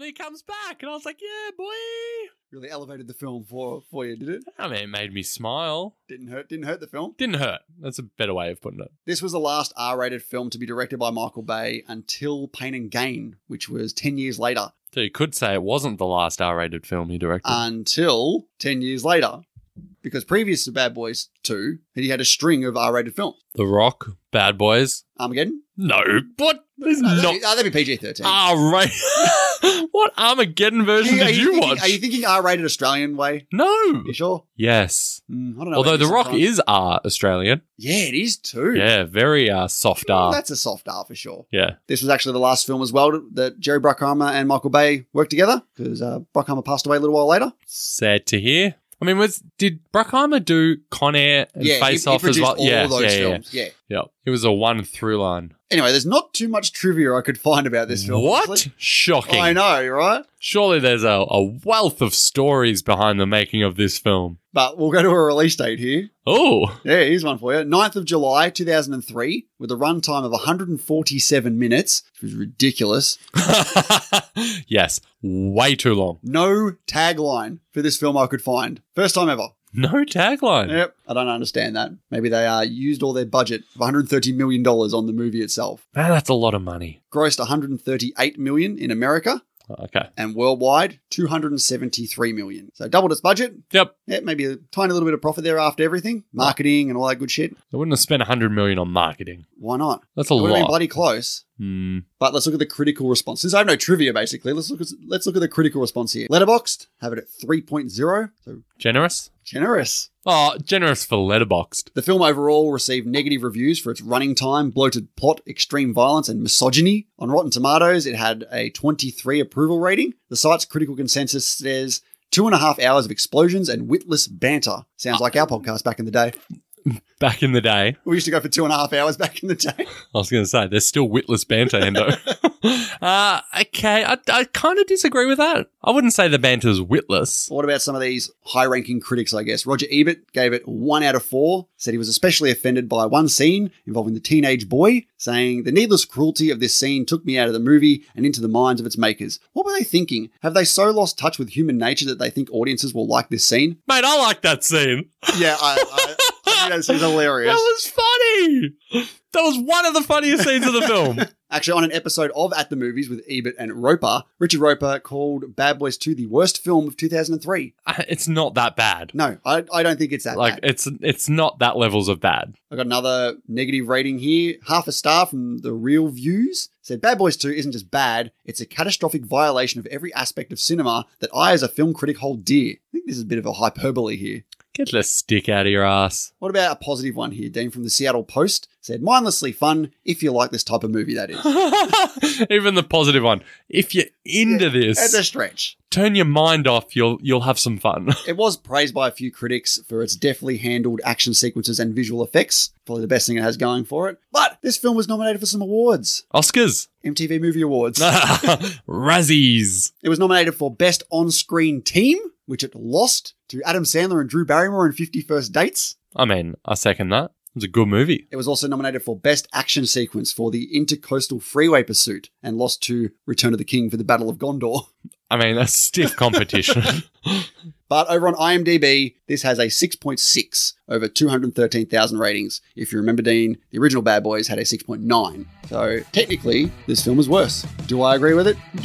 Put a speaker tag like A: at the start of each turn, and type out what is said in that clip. A: he comes back, and I was like, yeah, boy.
B: Really elevated the film for for you, did it?
A: I mean, it made me smile.
B: Didn't hurt. Didn't hurt the film.
A: Didn't hurt. That's a better way of putting it.
B: This was the last R-rated film to be directed by Michael Bay until Pain and Gain, which was ten years later.
A: So you could say it wasn't the last R-rated film he directed.
B: Uh, Until ten years later, because previous to Bad Boys Two, he had a string of R-rated films.
A: the Rock, Bad Boys.
B: Armageddon.
A: No, what? There's
B: No,
A: not
B: that'd, be, oh, that'd be PG-13.
A: R rated. what Armageddon version
B: Are
A: did you,
B: thinking,
A: watch?
B: Are you thinking R-rated Australian way?
A: no.
B: You sure?
A: Yes.
B: Mm, I don't know.
A: Although
B: about
A: The
B: this
A: Rock
B: sometimes.
A: is R Australian.
B: yeah, it is too.
A: Yeah, very uh, soft
B: Mm,
A: R.
B: that's a soft R for sure.
A: Yeah.
B: This was actually the last film as well that Jerry Bruckheimer and Michael Bay worked together because uh, Bruckheimer passed away a little while later.
A: Sad to hear. I mean, was did Bruckheimer do Con Air and
B: yeah, he-
A: Face
B: he
A: Off as
B: produced
A: well?
B: all
A: yeah,
B: those
A: yeah, yeah,
B: films. Yeah.
A: yeah. It was a one through line.
B: Anyway, there's not too much trivia I could find about this film.
A: what?
B: honestly.
A: Shocking.
B: I know, right?
A: Surely there's a, a wealth of stories behind the making of this film.
B: But we'll go to a release date here.
A: Oh,
B: Yeah, here's one for you. 9th of July, 2003, with a runtime of 147 minutes, which was ridiculous.
A: yes, way too long.
B: No tagline for this film I could find. First time ever.
A: No tagline.
B: Yep. I don't understand that. Maybe they uh, used all their budget of $130 million on the movie itself.
A: Man, that's a lot of money.
B: grossed 138 million in America
A: Okay.
B: and worldwide 273 million. So doubled its budget.
A: Yep.
B: Yeah, maybe a tiny little bit of profit there after everything, marketing and all that good shit.
A: I wouldn't have spent 100 million on marketing.
B: Why not?
A: That's a
B: It would have been
A: lot.
B: bloody close.
A: Hmm.
B: But let's look at the critical response. Since I have no trivia, basically, let's look at let's look at the critical response here. Letterboxed have it at 3.0, so
A: generous?
B: generous.
A: Oh, generous for letterboxed.
B: The film overall received negative reviews for its running time, bloated plot, extreme violence, and misogyny. On Rotten Tomatoes, it had a 23 approval rating. The site's critical consensus says two and a half hours of explosions and witless banter. Sounds like our podcast back in the day.
A: Back in the day,
B: We used to go for two and a half hours back in the day.
A: I was going to say, there's still witless banter, Endo. uh, okay, I, I kind of disagree with that. I wouldn't say the banter's witless.
B: What about some of these high ranking critics, I guess? Roger Ebert gave it one out of four, said he was especially offended by one scene involving the teenage boy, saying, The needless cruelty of this scene took me out of the movie and into the minds of its makers. What were they thinking? Have they so lost touch with human nature that they think audiences will like this scene?
A: Mate, I like that scene.
B: Yeah, I, I, I think that scene's
A: That
B: hilarious.
A: was funny. That was one of the funniest scenes of the film.
B: Actually, on an episode of At the Movies with Ebert and Roper, Richard Roper called Bad Boys 2 the worst film of 2003.
A: Uh, it's not that bad.
B: No, I, I don't think it's that
A: Like
B: bad.
A: it's it's not that levels of bad.
B: I got another negative rating here. Half a star from the Real Views said Bad Boys 2 isn't just bad, it's a catastrophic violation of every aspect of cinema that I, as a film critic, hold dear. I think this is a bit of a hyperbole here.
A: Get the stick out of your ass.
B: What about a positive one here? Dean from the Seattle Post said, mindlessly fun if you like this type of movie, that is.
A: Even the positive one. If you're into
B: It's
A: this,
B: a stretch.
A: turn your mind off. You'll you'll have some fun.
B: It was praised by a few critics for its deftly handled action sequences and visual effects. Probably the best thing it has going for it. But this film was nominated for some awards
A: Oscars,
B: MTV Movie Awards.
A: Razzies.
B: It was nominated for Best On Screen Team, which it lost to Adam Sandler and Drew Barrymore in 51st Dates.
A: I mean, I second that. It's a good movie.
B: It was also nominated for Best Action Sequence for the Intercoastal Freeway Pursuit and lost to Return of the King for the Battle of Gondor.
A: I mean, that's stiff competition.
B: But over on IMDb, this has a 6.6 over 213,000 ratings. If you remember, Dean, the original Bad Boys had a 6.9. So technically, this film is worse. Do I agree with it? Do